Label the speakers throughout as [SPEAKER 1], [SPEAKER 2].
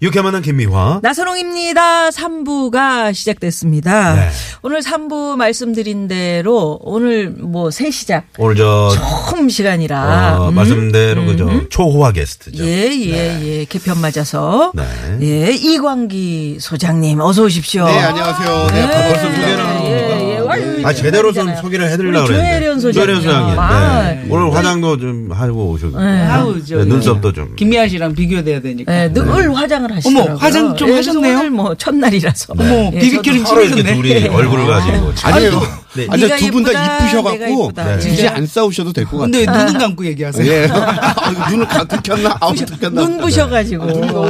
[SPEAKER 1] 유쾌한 만남 김미화.
[SPEAKER 2] 나선홍입니다. 3부가 시작됐습니다.
[SPEAKER 1] 네.
[SPEAKER 2] 오늘 3부 말씀드린 대로 오늘 뭐 새 시작
[SPEAKER 1] 오늘 저
[SPEAKER 2] 처음
[SPEAKER 1] 어,
[SPEAKER 2] 시간이라 음,
[SPEAKER 1] 말씀대로 그저 초호화 게스트죠.
[SPEAKER 2] 예, 예, 예. 개편 맞아서
[SPEAKER 1] 네.
[SPEAKER 2] 예, 이광기 소장님 어서 오십시오.
[SPEAKER 3] 네, 안녕하세요. 네,
[SPEAKER 1] 아, 벌써 두 개나
[SPEAKER 2] 예, 예. 완전히
[SPEAKER 1] 아 제대로 좀
[SPEAKER 2] 대단하잖아요.
[SPEAKER 1] 소개를 해드리려고
[SPEAKER 2] 우리
[SPEAKER 1] 그랬는데.
[SPEAKER 2] 조혜련 소장님.
[SPEAKER 1] 조혜련 소장님.
[SPEAKER 2] 아, 네.
[SPEAKER 1] 네. 오늘 화장도 좀 하고 오셨고. 네,
[SPEAKER 4] 아우, 저,
[SPEAKER 1] 눈썹도 좀.
[SPEAKER 4] 김미아 씨랑 비교돼야 되니까.
[SPEAKER 1] 네.
[SPEAKER 2] 예, 늘 화장을 하시더라고요.
[SPEAKER 4] 어머, 화장 좀
[SPEAKER 2] 예,
[SPEAKER 4] 하셨네요? 네.
[SPEAKER 2] 오늘 뭐 첫날이라서.
[SPEAKER 4] 어머, 비비큐를
[SPEAKER 1] 네, 서로 이렇게
[SPEAKER 4] 찍으셨네. 어.
[SPEAKER 1] 둘이 얼굴을 가지고. 참.
[SPEAKER 3] 아니에요.
[SPEAKER 1] 네.
[SPEAKER 3] 아니,
[SPEAKER 2] 네가
[SPEAKER 3] 두분 다
[SPEAKER 2] 예쁘다, 내가
[SPEAKER 3] 이쁘셔갖고,
[SPEAKER 2] 예쁘다. 네.
[SPEAKER 3] 굳이 안 싸우셔도 될 것 같아요.
[SPEAKER 4] 근데 눈은 감고 얘기하세요.
[SPEAKER 3] 예. 아, 눈을 가, 들켰나? 아우, 들켰나?
[SPEAKER 2] 눈 부셔가지고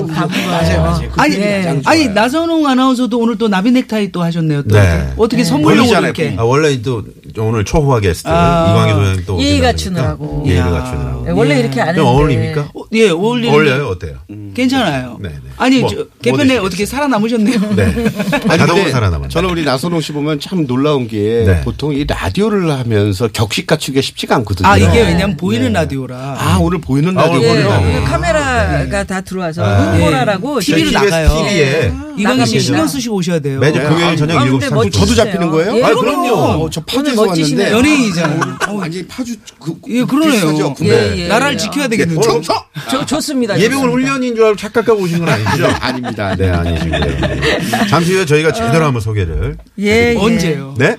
[SPEAKER 2] 감은 거예요.
[SPEAKER 4] 아니,
[SPEAKER 2] 예.
[SPEAKER 4] 아니 나선홍 아나운서도 오늘 또 나비 넥타이 또 하셨네요. 또
[SPEAKER 1] 네.
[SPEAKER 4] 어떻게 선물로 이렇게?
[SPEAKER 1] 아, 원래 또 오늘 초호화 게스트
[SPEAKER 4] 아.
[SPEAKER 1] 이광희 소장님 또
[SPEAKER 2] 예의
[SPEAKER 1] 오신다
[SPEAKER 2] 갖추느라고.
[SPEAKER 1] 그러니까. 예의를 갖추느라고.
[SPEAKER 2] 예, 원래 이렇게 안
[SPEAKER 1] 좀 어울립니까?
[SPEAKER 4] 어, 예, 어울리는
[SPEAKER 1] 어울려요? 어때요?
[SPEAKER 2] 음.
[SPEAKER 4] 괜찮아요.
[SPEAKER 1] 네, 네.
[SPEAKER 4] 아니
[SPEAKER 1] 뭐,
[SPEAKER 4] 저,
[SPEAKER 1] 뭐
[SPEAKER 4] 개편에
[SPEAKER 1] 드시겠어요?
[SPEAKER 4] 어떻게 살아남으셨네요.
[SPEAKER 1] 네.
[SPEAKER 3] 아니,
[SPEAKER 1] 자동으로
[SPEAKER 3] 근데
[SPEAKER 1] 살아남았네.
[SPEAKER 3] 저는 우리 나선홍 씨 보면 참 놀라운 게
[SPEAKER 1] 네.
[SPEAKER 3] 보통 이 라디오를 하면서 격식 갖추기가 쉽지가 않거든요.
[SPEAKER 4] 아
[SPEAKER 1] 네.
[SPEAKER 4] 이게 왜냐면 보이는 라디오라.
[SPEAKER 3] 아, 오늘 보이는
[SPEAKER 1] 아, 오늘
[SPEAKER 2] 예,
[SPEAKER 1] 보이는
[SPEAKER 3] 라디오구나.
[SPEAKER 1] 라디오.
[SPEAKER 2] 오늘 카메라가 다 들어와서
[SPEAKER 1] 아.
[SPEAKER 2] 홍보라라고
[SPEAKER 4] 예. TV로
[SPEAKER 1] TBS
[SPEAKER 4] 나가요.
[SPEAKER 1] TV에
[SPEAKER 4] 이광희 씨
[SPEAKER 2] 나갑니다.
[SPEAKER 4] 신경 쓰시고 오셔야 돼요.
[SPEAKER 1] 매주 금요일 저녁
[SPEAKER 2] 아,
[SPEAKER 1] 7시
[SPEAKER 2] 근데
[SPEAKER 1] 30분.
[SPEAKER 2] 멋지시네요.
[SPEAKER 3] 저도 잡히는 거예요?
[SPEAKER 2] 예.
[SPEAKER 1] 아, 그럼요.
[SPEAKER 3] 어, 저 파주에서
[SPEAKER 2] 오늘 멋지시네요.
[SPEAKER 3] 왔는데.
[SPEAKER 4] 연예인이잖아요.
[SPEAKER 3] 아, 완전히 파주 그, 그,
[SPEAKER 4] 예, 그러네요.
[SPEAKER 3] 비싸죠,
[SPEAKER 2] 예,
[SPEAKER 3] 근데.
[SPEAKER 2] 예,
[SPEAKER 4] 나라를
[SPEAKER 2] 예.
[SPEAKER 4] 지켜야 되겠는데.
[SPEAKER 3] 청청!
[SPEAKER 2] 좋- 좋습니다.
[SPEAKER 1] 예비군
[SPEAKER 2] 좋습니다.
[SPEAKER 1] 훈련인 줄 알고 착각하고 오신 건 아니죠?
[SPEAKER 3] 아닙니다.
[SPEAKER 1] 네, 아니시고요. 잠시 후에 저희가 제대로 한번 소개를.
[SPEAKER 2] 예, 예.
[SPEAKER 4] 언제요? 아,
[SPEAKER 1] 네?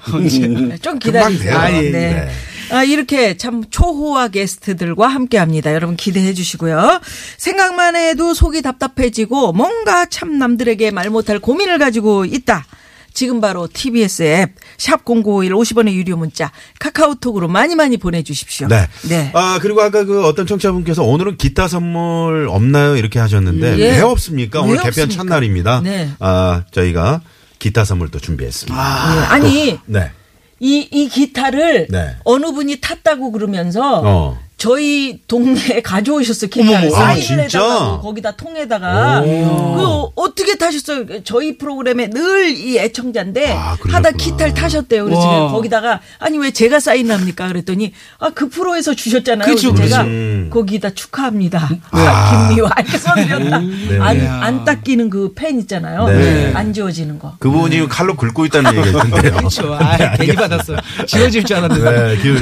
[SPEAKER 2] 좀 기다리세요.
[SPEAKER 1] 금방 돼요.
[SPEAKER 2] 네.
[SPEAKER 4] 예.
[SPEAKER 1] 네.
[SPEAKER 2] 아, 이렇게 참 초호화 게스트들과 함께 합니다. 여러분 기대해 주시고요. 생각만 해도 속이 답답해지고 뭔가 참 남들에게 말 못할 고민을 가지고 있다. 지금 바로 TBS 앱, 샵0951 50원의 유료 문자, 카카오톡으로 많이 많이 보내주십시오.
[SPEAKER 1] 네.
[SPEAKER 2] 네.
[SPEAKER 1] 아, 그리고 아까 그 어떤 청취자분께서 오늘은 기타 선물 없나요? 이렇게 하셨는데.
[SPEAKER 2] 예.
[SPEAKER 1] 왜 없습니까? 오늘
[SPEAKER 2] 왜
[SPEAKER 1] 개편
[SPEAKER 2] 없습니까?
[SPEAKER 1] 첫날입니다.
[SPEAKER 2] 네.
[SPEAKER 1] 아, 저희가 기타 선물 또 준비했습니다.
[SPEAKER 2] 아, 니
[SPEAKER 1] 네.
[SPEAKER 2] 이, 이 기타를
[SPEAKER 1] 네.
[SPEAKER 2] 어느 분이 탔다고 그러면서
[SPEAKER 1] 어.
[SPEAKER 2] 저희 동네에 가져오셨어요. 기타를
[SPEAKER 1] 어머머. 아,
[SPEAKER 2] 사인을
[SPEAKER 1] 진짜?
[SPEAKER 2] 해달라고 거기다 통에다가 그 어떻게 타셨어요? 저희 프로그램에 늘 이 애청자인데
[SPEAKER 1] 아, 그러셨구나.
[SPEAKER 2] 하다 기타를 타셨대요. 그래서 제가
[SPEAKER 4] 와.
[SPEAKER 2] 거기다가 아니 왜 제가 사인합니까? 그랬더니 아 그 프로에서 주셨잖아요.
[SPEAKER 4] 그쵸,
[SPEAKER 2] 그래서 제가
[SPEAKER 4] 그쵸.
[SPEAKER 1] 음.
[SPEAKER 2] 거기다 축하합니다.
[SPEAKER 1] 아.
[SPEAKER 2] 아, 김미화 이렇게 써드렸다.
[SPEAKER 1] 네.
[SPEAKER 2] 안, 안 닦이는 그 펜 있잖아요.
[SPEAKER 1] 네.
[SPEAKER 2] 안 지워지는 거.
[SPEAKER 1] 그분이 칼로 긁고 있다는 얘기가 있던데요.
[SPEAKER 4] 그렇죠. 아, 괜히 받았어. 지워질 줄 알았는데.
[SPEAKER 1] 네, 기울,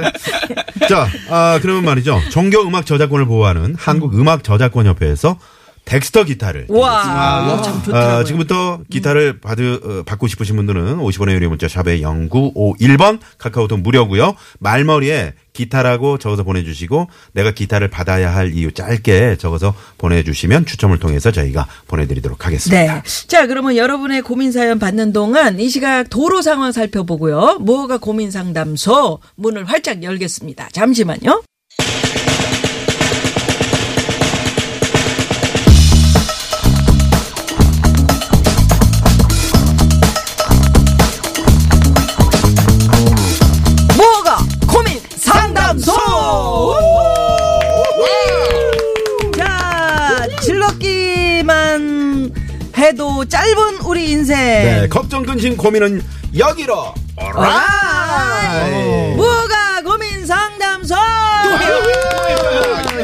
[SPEAKER 1] 네. 자, 아, 그러면 말이죠. 종교 음악 저작권을 보호하는 한국 음악 저작권 협회에서 덱스터 기타를
[SPEAKER 2] 와, 참 좋더라고요.
[SPEAKER 1] 아, 지금부터 기타를 받으, 어, 받고 싶으신 분들은 50원의 유료 문자 샵에 0951번 카카오톡 무료고요. 말머리에 기타라고 적어서 보내주시고 내가 기타를 받아야 할 이유 짧게 적어서 보내주시면 추첨을 통해서 저희가 보내드리도록 하겠습니다.
[SPEAKER 2] 네. 자, 그러면 여러분의 고민 사연 받는 동안 이 시각 도로 상황 살펴보고요. 무허가 고민 상담소 문을 활짝 열겠습니다. 잠시만요. 무허가 고민 상담소! 자, 즐겁기만 해도 짧은 우리 인생.
[SPEAKER 1] 네, 걱정 근심 고민은 여기로. 네. 어.
[SPEAKER 2] 오라이. 무가 고민 상담소.
[SPEAKER 3] 음.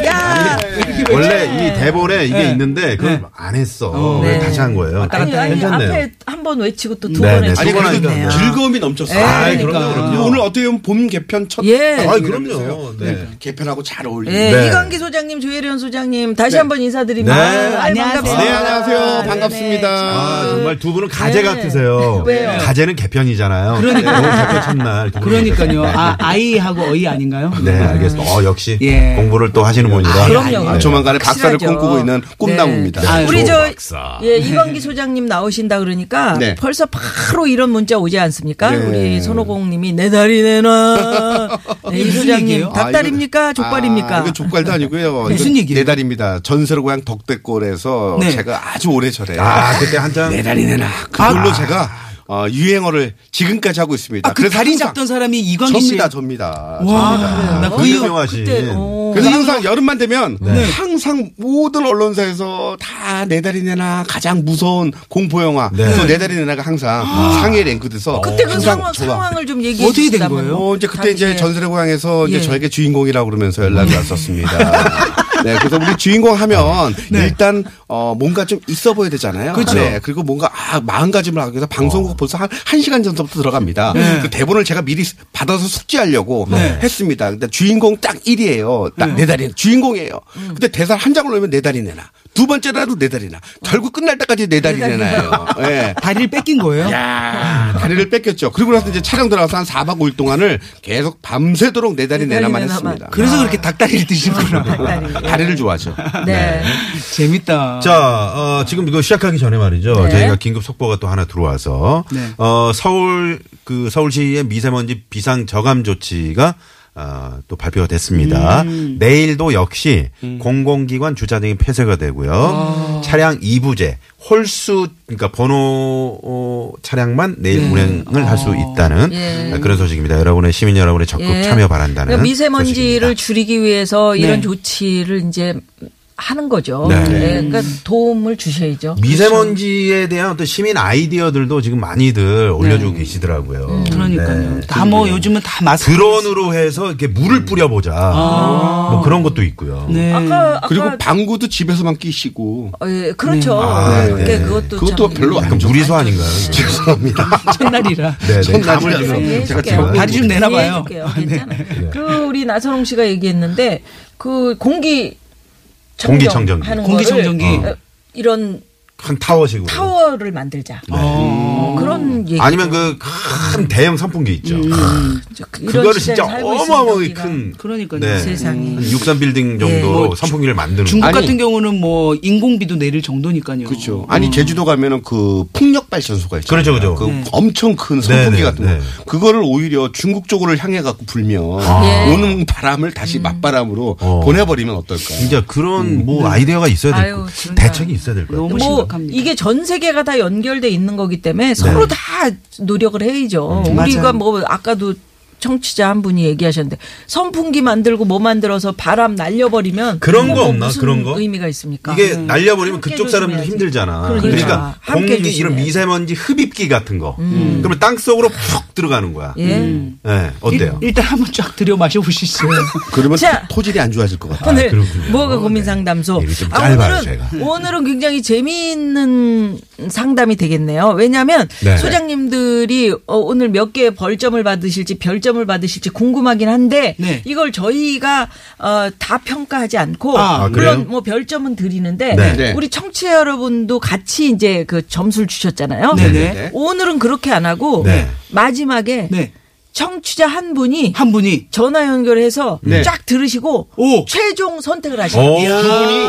[SPEAKER 2] 야.
[SPEAKER 1] 네, 원래 이 대본에 이게 있는데 그걸 안 네. 했어. 그걸
[SPEAKER 2] 네.
[SPEAKER 1] 다시 한 거예요.
[SPEAKER 2] 아니, 아니
[SPEAKER 1] 괜찮네요.
[SPEAKER 2] 앞에 한 번 외치고 또 두
[SPEAKER 1] 네, 네,
[SPEAKER 2] 번에
[SPEAKER 1] 두
[SPEAKER 2] 두
[SPEAKER 3] 아니,
[SPEAKER 1] 번
[SPEAKER 2] 번
[SPEAKER 1] 하니까
[SPEAKER 2] 했네요.
[SPEAKER 3] 그래도 즐거움이 넘쳤어요.
[SPEAKER 1] 아이, 그럼요, 그럼요.
[SPEAKER 3] 오늘 어떻게 보면 봄 개편 첫
[SPEAKER 2] 예.
[SPEAKER 1] 아이, 그럼요. 네.
[SPEAKER 3] 네. 개편하고 잘 어울리는.
[SPEAKER 2] 예,
[SPEAKER 1] 네.
[SPEAKER 2] 이광기 소장님, 조혜련 소장님 다시 한 번 인사드립니다.
[SPEAKER 1] 네.
[SPEAKER 2] 아유,
[SPEAKER 4] 안녕하세요.
[SPEAKER 2] 반갑습니다.
[SPEAKER 3] 네, 안녕하세요.
[SPEAKER 2] 네,
[SPEAKER 3] 반갑습니다.
[SPEAKER 1] 아, 정말 두 분은 가재
[SPEAKER 2] 네.
[SPEAKER 1] 같으세요.
[SPEAKER 2] 왜요?
[SPEAKER 1] 가재는 개편이잖아요. 그러니까요. 개편 첫날. 두 분이
[SPEAKER 4] 그러니까요.
[SPEAKER 1] 계셨는데.
[SPEAKER 4] 아, 아이하고 어이 아닌가요?
[SPEAKER 1] 네, 알겠습니다. 어, 역시
[SPEAKER 4] 예.
[SPEAKER 1] 공부를 또 하시는 분이다.
[SPEAKER 2] 그럼요.
[SPEAKER 3] 아, 조만간에 박사를
[SPEAKER 2] 네. 확실하죠.
[SPEAKER 3] 꿈꾸고 있는 꿈나무입니다.
[SPEAKER 2] 네.
[SPEAKER 4] 아유,
[SPEAKER 2] 우리 우리 저
[SPEAKER 1] 박사.
[SPEAKER 2] 예, 이광기 소장님 나오신다 그러니까
[SPEAKER 3] 네.
[SPEAKER 2] 벌써 바로 이런 문자 오지 않습니까?
[SPEAKER 3] 네.
[SPEAKER 2] 우리 손호공 님이 내 다리 내놔. 네, 이
[SPEAKER 4] 무슨
[SPEAKER 2] 소장님
[SPEAKER 4] 얘기예요?
[SPEAKER 2] 닭다리입니까? 족발입니까?
[SPEAKER 3] 아, 이거 족발도 아니고요.
[SPEAKER 4] 무슨
[SPEAKER 3] 이거
[SPEAKER 4] 얘기예요?
[SPEAKER 3] 내 달입니다. 전설의 고향 덕대골에서
[SPEAKER 4] 네.
[SPEAKER 3] 제가 아주 오래전에
[SPEAKER 1] 아, 그때 한창.
[SPEAKER 3] 달이 내놔.
[SPEAKER 2] 아.
[SPEAKER 3] 그걸로 제가 어, 유행어를 지금까지 하고 있습니다.
[SPEAKER 4] 아, 그 다리
[SPEAKER 3] 항상
[SPEAKER 4] 잡던 사람이 이광기 씨.
[SPEAKER 3] 접니다, 접니다.
[SPEAKER 4] 와, 아, 나그
[SPEAKER 1] 그
[SPEAKER 4] 이거
[SPEAKER 1] 유명하신.
[SPEAKER 2] 그때, 어.
[SPEAKER 3] 그래서 항상 여름만 되면
[SPEAKER 2] 네.
[SPEAKER 3] 항상 모든 언론사에서 다 내 달이 내놔 가장 무서운 공포 영화
[SPEAKER 1] 네.
[SPEAKER 3] 또내 달이 내놔가 항상 상위에 랭크돼서
[SPEAKER 2] 아. 그때 그
[SPEAKER 3] 항상
[SPEAKER 2] 상황,
[SPEAKER 3] 저와
[SPEAKER 2] 상황을 좀 얘기해
[SPEAKER 4] 어떻게 된
[SPEAKER 2] 주시다면.
[SPEAKER 4] 거예요?
[SPEAKER 3] 어, 이제 그때
[SPEAKER 2] 자기 네.
[SPEAKER 3] 이제 전설의 고향에서
[SPEAKER 2] 예.
[SPEAKER 3] 이제 저에게 주인공이라고 그러면서 연락이 왔었습니다. 네, 그래서 우리 주인공 하면 일단 어 뭔가 좀 있어 보여야 되잖아요.
[SPEAKER 4] 네. 그렇죠. 어.
[SPEAKER 3] 네, 그리고 뭔가 아 마음가짐을 하기 위해서 방송국 벌써 한, 한 시간 전부터 들어갑니다.
[SPEAKER 4] 네.
[SPEAKER 3] 그 대본을 제가 미리 받아서 숙지하려고 했습니다. 근데 주인공 딱 1이에요. 딱 네 달이 주인공이에요.
[SPEAKER 2] 음.
[SPEAKER 3] 근데 대사 한 장을 넣으면 네 달이 내나. 두 번째라도 네 달이 나.
[SPEAKER 2] 어.
[SPEAKER 3] 결국 끝날 때까지 네 달이 내나요. 예.
[SPEAKER 4] 다리를 뺏긴 거예요?
[SPEAKER 3] 야 아, 다리를 뺏겼죠. 그리고 나서 이제 촬영 들어가서 한 4박 5일 동안을 계속 밤새도록 내 다리
[SPEAKER 2] 내
[SPEAKER 3] 내나만
[SPEAKER 2] 다리 내놔만.
[SPEAKER 3] 했습니다.
[SPEAKER 4] 그래서 그렇게 닭다리를 드시는구나.
[SPEAKER 2] 닭다리.
[SPEAKER 3] 다리를 좋아하죠.
[SPEAKER 2] 네.
[SPEAKER 4] 재밌다.
[SPEAKER 1] 자, 어, 지금 이거 시작하기 전에 말이죠.
[SPEAKER 2] 네.
[SPEAKER 1] 저희가 긴급 속보가 또 하나 들어와서
[SPEAKER 4] 네.
[SPEAKER 1] 어, 서울 그 서울시의 미세먼지 비상 저감 조치가 어, 또 발표가 됐습니다.
[SPEAKER 2] 음.
[SPEAKER 1] 내일도 역시 공공기관 주차장이 폐쇄가 되고요.
[SPEAKER 2] 아.
[SPEAKER 1] 차량 이부제, 홀수 그러니까 번호 어, 차량만 내일 운행을 할 수 있다는
[SPEAKER 2] 네. 아. 예.
[SPEAKER 1] 그런 소식입니다. 여러분의 시민 여러분의 적극
[SPEAKER 2] 예.
[SPEAKER 1] 참여 바란다는
[SPEAKER 2] 그러니까 미세먼지를
[SPEAKER 1] 소식입니다.
[SPEAKER 2] 줄이기 위해서 이런
[SPEAKER 4] 네.
[SPEAKER 2] 조치를 이제 하는 거죠.
[SPEAKER 1] 네.
[SPEAKER 2] 네, 그러니까 도움을
[SPEAKER 4] 아,
[SPEAKER 2] 주셔야죠.
[SPEAKER 4] 그렇죠.
[SPEAKER 1] 미세먼지에 대한 어떤 시민 아이디어들도 지금 많이들 올려주고 계시더라고요.
[SPEAKER 4] 네. 음, 그러니까요.
[SPEAKER 1] 네. 그
[SPEAKER 4] 다 뭐 요즘은 다 마스크. 음. 아.
[SPEAKER 1] 드론으로 해서 이렇게 물을 뿌려보자. 뭐 그런 것도 있고요.
[SPEAKER 4] 네.
[SPEAKER 2] 아까 아까
[SPEAKER 3] 그리고 방구도 집에서만 끼시고
[SPEAKER 2] 어, 예, 그렇죠.
[SPEAKER 1] 아,
[SPEAKER 2] 그러니까
[SPEAKER 1] 네.
[SPEAKER 2] 그것도
[SPEAKER 3] 그것도
[SPEAKER 2] 참-
[SPEAKER 3] 별로 안
[SPEAKER 1] 약간
[SPEAKER 3] 좋아.
[SPEAKER 1] 무리수 아닌가요?
[SPEAKER 3] 죄송합니다.
[SPEAKER 4] 첫날이라.
[SPEAKER 1] 네, 네.
[SPEAKER 3] 손
[SPEAKER 1] 감을
[SPEAKER 3] 나지
[SPEAKER 1] 지금
[SPEAKER 3] 않아요.
[SPEAKER 1] 제가 네.
[SPEAKER 2] 이해해줄게요.
[SPEAKER 1] 지금
[SPEAKER 4] 다리 좀 내놔봐요.
[SPEAKER 2] 네, 이해해줄게요. 괜찮아요.
[SPEAKER 1] 네.
[SPEAKER 2] 그 우리 나선홍 씨가 얘기했는데 그 공기
[SPEAKER 1] 공기청정기.
[SPEAKER 2] 하는
[SPEAKER 4] 공기청정기.
[SPEAKER 2] 거를 이런
[SPEAKER 1] 한 타워식으로.
[SPEAKER 2] 타워를 만들자. 어, 그런 얘기.
[SPEAKER 1] 네. 아니면 그 큰 대형 선풍기 있죠.
[SPEAKER 4] 음.
[SPEAKER 1] 아.
[SPEAKER 2] 저- 이런
[SPEAKER 1] 그거를
[SPEAKER 2] 시대에
[SPEAKER 1] 진짜
[SPEAKER 2] 살고 있습니다,
[SPEAKER 1] 어마어마하게
[SPEAKER 2] 우리가.
[SPEAKER 1] 큰 네.
[SPEAKER 4] 그러니까요.
[SPEAKER 2] 네. 세상에.
[SPEAKER 1] 한 육삼 빌딩 정도로
[SPEAKER 4] 뭐
[SPEAKER 1] 선풍기를 만드는
[SPEAKER 4] 중국
[SPEAKER 1] 거.
[SPEAKER 3] 아니.
[SPEAKER 4] 같은 경우는 뭐 인공비도 내릴 정도니까요.
[SPEAKER 3] 그렇죠. 아니 제주도 가면은 그 풍력 발전소가 있죠.
[SPEAKER 1] 음. 그렇죠, 그렇죠.
[SPEAKER 3] 그 엄청 큰
[SPEAKER 1] 네,
[SPEAKER 3] 선풍기
[SPEAKER 1] 네,
[SPEAKER 3] 같은 거.
[SPEAKER 1] 네.
[SPEAKER 3] 그거를 오히려 중국 쪽으로 향해 갖고 불면
[SPEAKER 2] 예.
[SPEAKER 3] 오는 바람을 다시 맞바람으로
[SPEAKER 1] 아. 어.
[SPEAKER 3] 보내버리면 어떨까요?
[SPEAKER 1] 진짜
[SPEAKER 4] 음.
[SPEAKER 1] 그런 뭐 아이디어가 있어야
[SPEAKER 2] 아유,
[SPEAKER 1] 되고
[SPEAKER 2] 진짜.
[SPEAKER 1] 대책이 있어야 될 거예요.
[SPEAKER 4] 그러니까. 너무
[SPEAKER 2] 뭐
[SPEAKER 4] 심각합니다.
[SPEAKER 2] 이게 전 세계가 다 연결돼 있는 거기 때문에 서로 다 노력을 해야죠. 우리가
[SPEAKER 4] 맞아요.
[SPEAKER 2] 뭐 아까도 청취자 한 분이 얘기하셨는데 선풍기 만들고 뭐 만들어서 바람 날려버리면
[SPEAKER 1] 그런
[SPEAKER 2] 그거
[SPEAKER 1] 거
[SPEAKER 2] 뭐
[SPEAKER 1] 없나?
[SPEAKER 2] 무슨
[SPEAKER 1] 그런 거?
[SPEAKER 2] 의미가 있습니까? 음.
[SPEAKER 1] 이게 날려버리면
[SPEAKER 2] 그러니까. 함께
[SPEAKER 1] 그쪽 사람들
[SPEAKER 2] 조심해야지.
[SPEAKER 1] 힘들잖아.
[SPEAKER 2] 그러니까.
[SPEAKER 1] 그러니까,
[SPEAKER 2] 함께
[SPEAKER 1] 공기 이런
[SPEAKER 2] 조심해야지. 음.
[SPEAKER 1] 미세먼지 흡입기 같은 거. 그러면 땅 속으로 푹 들어가는 거야. 예,
[SPEAKER 2] 예.
[SPEAKER 4] 음.
[SPEAKER 1] 어때요?
[SPEAKER 4] 일, 단 한번 쫙 들여 마셔보시죠.
[SPEAKER 3] 그러면
[SPEAKER 2] 자.
[SPEAKER 3] 토질이 안 좋아질 것 같아요.
[SPEAKER 2] 오늘
[SPEAKER 1] 그렇군요.
[SPEAKER 2] 뭐가 고민
[SPEAKER 1] 네.
[SPEAKER 2] 상담소.
[SPEAKER 1] 얘기 좀
[SPEAKER 2] 아,
[SPEAKER 1] 짧아요,
[SPEAKER 2] 오늘은
[SPEAKER 1] 제가.
[SPEAKER 2] 오늘은 굉장히 재미있는 상담이 되겠네요. 왜냐하면
[SPEAKER 1] 네.
[SPEAKER 2] 소장님들이 어, 오늘 몇 개의 벌점을 받으실지 별점을 받으실지 궁금하긴 한데
[SPEAKER 4] 네.
[SPEAKER 2] 이걸 저희가 어, 다 평가하지 않고
[SPEAKER 4] 아,
[SPEAKER 1] 아, 그래요?
[SPEAKER 2] 물론 뭐 별점은 드리는데
[SPEAKER 1] 네.
[SPEAKER 3] 네.
[SPEAKER 2] 우리 청취자 여러분도 같이 이제 그 점수를 주셨잖아요.
[SPEAKER 4] 네네.
[SPEAKER 2] 오늘은 그렇게 안 하고
[SPEAKER 1] 네.
[SPEAKER 2] 마지막에
[SPEAKER 4] 네.
[SPEAKER 2] 청취자 한 분이
[SPEAKER 4] 한 분이.
[SPEAKER 2] 전화 연결해서
[SPEAKER 3] 네.
[SPEAKER 2] 쫙 들으시고
[SPEAKER 4] 오.
[SPEAKER 2] 최종 선택을 하시는
[SPEAKER 1] 오, 그분이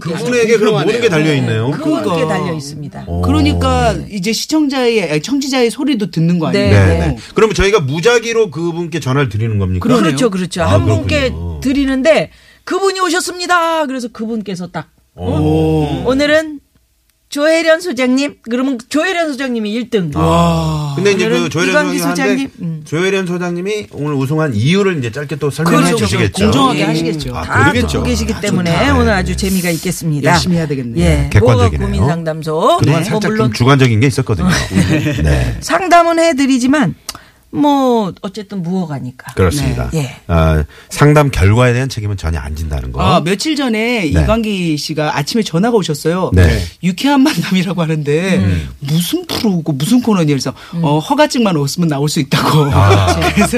[SPEAKER 2] 그분께
[SPEAKER 1] 그분에게 그럼 모든 게 어, 달려 있네요. 어,
[SPEAKER 2] 그분께
[SPEAKER 4] 그러니까.
[SPEAKER 2] 달려 있습니다.
[SPEAKER 4] 그러니까 이제 시청자의, 아니, 청취자의 소리도 듣는 거 아니에요?
[SPEAKER 2] 네.
[SPEAKER 1] 네, 네. 그러면 저희가 무작위로 그분께 전화를 드리는 겁니까?
[SPEAKER 4] 그러네요.
[SPEAKER 2] 그렇죠, 그렇죠.
[SPEAKER 1] 아,
[SPEAKER 2] 한 분께
[SPEAKER 1] 그렇군요.
[SPEAKER 2] 드리는데 그분이 오셨습니다. 그래서 그분께서 딱 어.
[SPEAKER 1] 오.
[SPEAKER 2] 오늘은 조혜련 소장님, 그러면 조혜련 소장님이 1등.
[SPEAKER 1] 아, 근데 이제 그
[SPEAKER 2] 아, 오늘은
[SPEAKER 1] 조혜련
[SPEAKER 2] 이광기
[SPEAKER 1] 소장님, 네.
[SPEAKER 2] 소장님. 음.
[SPEAKER 1] 조혜련 소장님이 오늘 우승한 이유를 이제 짧게 또 설명해
[SPEAKER 4] 그렇죠.
[SPEAKER 1] 주시겠죠.
[SPEAKER 4] 공정하게
[SPEAKER 2] 예.
[SPEAKER 4] 하시겠죠.
[SPEAKER 1] 아, 네.
[SPEAKER 2] 다
[SPEAKER 1] 그러겠죠.
[SPEAKER 2] 듣고 계시기
[SPEAKER 4] 아,
[SPEAKER 2] 때문에
[SPEAKER 4] 좋다.
[SPEAKER 2] 오늘 아주 재미가 있겠습니다.
[SPEAKER 4] 열심히 해야 되겠네요.
[SPEAKER 2] 예,
[SPEAKER 1] 객관적이네요.
[SPEAKER 2] 뭐가 고민 상담소.
[SPEAKER 1] 그동안
[SPEAKER 2] 뭐
[SPEAKER 1] 살짝
[SPEAKER 2] 물론
[SPEAKER 1] 좀 주관적인 게 있었거든요. 네.
[SPEAKER 2] 상담은 해드리지만 뭐 어쨌든 무어가니까.
[SPEAKER 1] 그렇습니다.
[SPEAKER 2] 네.
[SPEAKER 1] 아, 상담 결과에 대한 책임은 전혀 안 진다는 거.
[SPEAKER 4] 아, 며칠 전에 이광기 씨가 아침에 전화가 오셨어요.
[SPEAKER 1] 네.
[SPEAKER 4] 유쾌한 만남이라고 하는데 무슨 프로고 무슨 코너니 그래서 어, 허가증만 없으면 나올 수 있다고. 그래서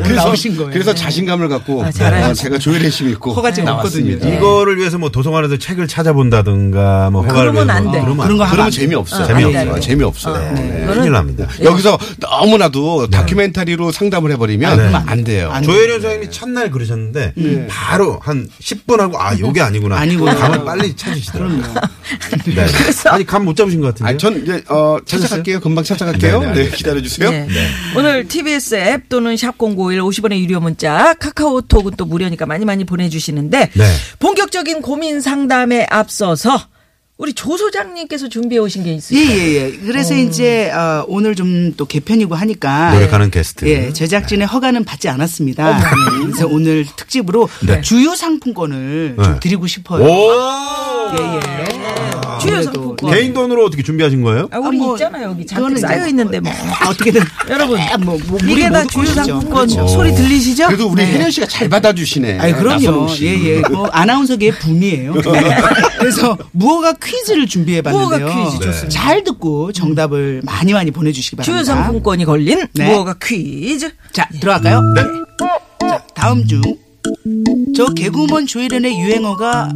[SPEAKER 4] 오늘 나오신 거예요.
[SPEAKER 3] 그래서 자신감을 갖고
[SPEAKER 2] 아, 잘하셨어요.
[SPEAKER 3] 어, 제가 조율의 힘이 있고
[SPEAKER 4] 허가증 없거든요.
[SPEAKER 3] 나왔습니다.
[SPEAKER 1] 이거를 위해서 뭐 도서관에서 책을 찾아본다든가 뭐 허가를
[SPEAKER 2] 그러면 안
[SPEAKER 1] 위해서
[SPEAKER 2] 돼.
[SPEAKER 1] 그러면 안
[SPEAKER 4] 그런
[SPEAKER 1] 돼. 네,
[SPEAKER 4] 거 하면
[SPEAKER 3] 그러면
[SPEAKER 4] 안
[SPEAKER 3] 재미없어요.
[SPEAKER 2] 어,
[SPEAKER 3] 아, 네.
[SPEAKER 1] 재미없어요.
[SPEAKER 2] 안 돼, 안 돼.
[SPEAKER 3] 재미없어요.
[SPEAKER 2] 어,
[SPEAKER 3] 네.
[SPEAKER 2] 네.
[SPEAKER 1] 큰일 납니다.
[SPEAKER 3] 여기서 너무나도 다큐멘터리로 상담을 해버리면 안 돼요.
[SPEAKER 4] 안
[SPEAKER 1] 조혜련 사장님이 첫날 그러셨는데 바로 한 10분 하고 아 요게 아니구나.
[SPEAKER 4] 아니구나.
[SPEAKER 1] 감을 빨리 찾으시더라고요.
[SPEAKER 4] 그럼요.
[SPEAKER 1] 네. 아니 감 못 잡으신 것 같은데.
[SPEAKER 3] 아, 전 이제 어, 찾아갈게요. 금방
[SPEAKER 1] 네,
[SPEAKER 3] 찾아갈게요.
[SPEAKER 1] 네,
[SPEAKER 3] 네,
[SPEAKER 1] 알겠습니다.
[SPEAKER 3] 기다려주세요.
[SPEAKER 2] 네. 오늘 TBS 앱 또는 샵051 50원의 유료 문자 카카오톡은 또 무료니까 많이 많이 보내주시는데
[SPEAKER 1] 네.
[SPEAKER 2] 본격적인 고민 상담에 앞서서 우리 조 소장님께서 준비해 오신 게 있어요.
[SPEAKER 4] 예예예. 그래서 이제 어, 오늘 좀 또 개편이고 하니까
[SPEAKER 1] 노력하는 게스트.
[SPEAKER 4] 아, 예, 제작진의 허가는 받지 않았습니다. 네, 그래서 오늘 특집으로
[SPEAKER 1] 네.
[SPEAKER 4] 주요 상품권을 좀
[SPEAKER 1] 네.
[SPEAKER 4] 드리고 싶어요. 예,
[SPEAKER 1] 오.
[SPEAKER 2] 주요
[SPEAKER 4] 아무래도
[SPEAKER 2] 상품권.
[SPEAKER 1] 개인 돈으로 어떻게 준비하신 거예요?
[SPEAKER 2] 아, 우리
[SPEAKER 4] 아, 뭐,
[SPEAKER 2] 있잖아요 여기
[SPEAKER 4] 그거는
[SPEAKER 2] 잔뜩
[SPEAKER 4] 이제 아,
[SPEAKER 2] 쌓여 있는데 뭐.
[SPEAKER 4] 어떻게든
[SPEAKER 2] 여러분,
[SPEAKER 4] 아, 뭐, 뭐
[SPEAKER 2] 이게
[SPEAKER 4] 우리
[SPEAKER 2] 다
[SPEAKER 4] 모두
[SPEAKER 2] 주요
[SPEAKER 4] 것이죠.
[SPEAKER 2] 상품권
[SPEAKER 4] 그렇죠.
[SPEAKER 2] 소리 들리시죠?
[SPEAKER 3] 그래도 우리 혜련 씨가 잘 받아주시네.
[SPEAKER 4] 아니 그럼요.
[SPEAKER 3] 나선홍 씨. 네.
[SPEAKER 4] 예예. 뭐 아나운서계의 붐이에요. 그래서 무허가 퀴즈를 준비해 봤는데요.
[SPEAKER 2] 무허가 퀴즈 좋습니다.
[SPEAKER 4] 잘 듣고 정답을 많이 많이 보내 주시기
[SPEAKER 2] 주요
[SPEAKER 4] 바랍니다.
[SPEAKER 2] 상품권이 걸린
[SPEAKER 4] 뭐 네.
[SPEAKER 2] 무허가 퀴즈.
[SPEAKER 4] 자, 들어갈까요? 네. 자, 다음 중 저 개구먼 조혜련의 유행어가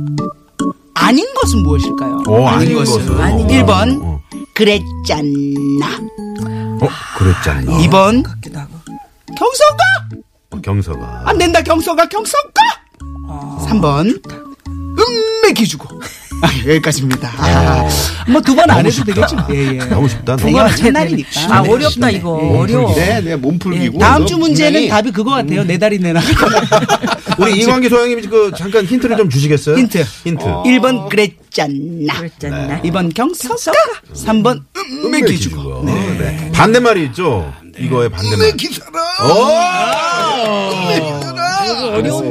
[SPEAKER 4] 아닌 것은 무엇일까요?
[SPEAKER 1] 오, 어, 아닌 것은. 아닌
[SPEAKER 4] 1번
[SPEAKER 1] 것은. 어.
[SPEAKER 4] 그랬잖아.
[SPEAKER 1] 어 그랬잖아. 어,
[SPEAKER 4] 2번
[SPEAKER 2] 같기도 하고.
[SPEAKER 4] 경선가
[SPEAKER 1] 경서가.
[SPEAKER 4] 안 된다 경선가 경선가.
[SPEAKER 1] 어.
[SPEAKER 4] 3번 음맥이 주고. 아, 여기까지입니다.
[SPEAKER 1] 어.
[SPEAKER 4] 뭐 두 번 안 해도 되겠지. 예, 예.
[SPEAKER 1] 너무 쉽다.
[SPEAKER 4] 두
[SPEAKER 1] 너무.
[SPEAKER 4] 번 첫날이니까.
[SPEAKER 2] 아 어렵다 이거 어려워.
[SPEAKER 3] 네, 네,
[SPEAKER 1] 예,
[SPEAKER 3] 몸풀기고.
[SPEAKER 4] 예, 다음
[SPEAKER 3] 너
[SPEAKER 4] 주 문제는
[SPEAKER 3] 분명히
[SPEAKER 4] 답이 그거 같아요. 내 다리 내놔.
[SPEAKER 1] 음. 우리 이광기 소장님이 그 잠깐 힌트를 좀 주시겠어요?
[SPEAKER 4] 힌트.
[SPEAKER 1] 힌트.
[SPEAKER 4] 1번 그랬잖아.
[SPEAKER 2] 그랬잖아.
[SPEAKER 4] 2번 경선가. 3번 음맥이 주고. 네.
[SPEAKER 1] 주고. 네. 반대말이 있죠. 이거의 반대말.
[SPEAKER 2] 어려운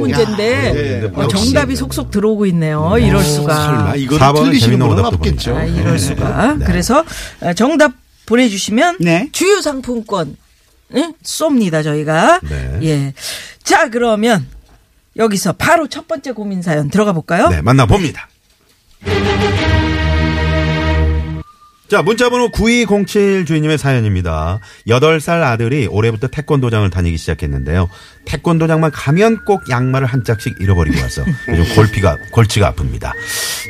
[SPEAKER 1] 네.
[SPEAKER 2] 문제인데 어, 정답이 속속 들어오고 있네요. 이럴 수가.
[SPEAKER 3] 설마 이거
[SPEAKER 1] 4번은
[SPEAKER 3] 틀리시는
[SPEAKER 1] 재밌는
[SPEAKER 3] 분은
[SPEAKER 1] 오답도
[SPEAKER 3] 없겠죠.
[SPEAKER 2] 아,
[SPEAKER 1] 봅니다.
[SPEAKER 2] 이럴 수가. 그래서 어, 정답 보내주시면
[SPEAKER 4] 네.
[SPEAKER 2] 주요 상품권 응? 쏩니다 저희가.
[SPEAKER 1] 네.
[SPEAKER 2] 예. 자 그러면 여기서 바로 첫 번째 고민 사연 들어가 볼까요?
[SPEAKER 1] 네, 만나봅니다. 자, 문자번호 9207 주인님의 사연입니다. 8살 아들이 올해부터 태권도장을 다니기 시작했는데요. 태권도장만 가면 꼭 양말을 한 짝씩 잃어버리고 와서 요즘 골피가, 골치가 아픕니다.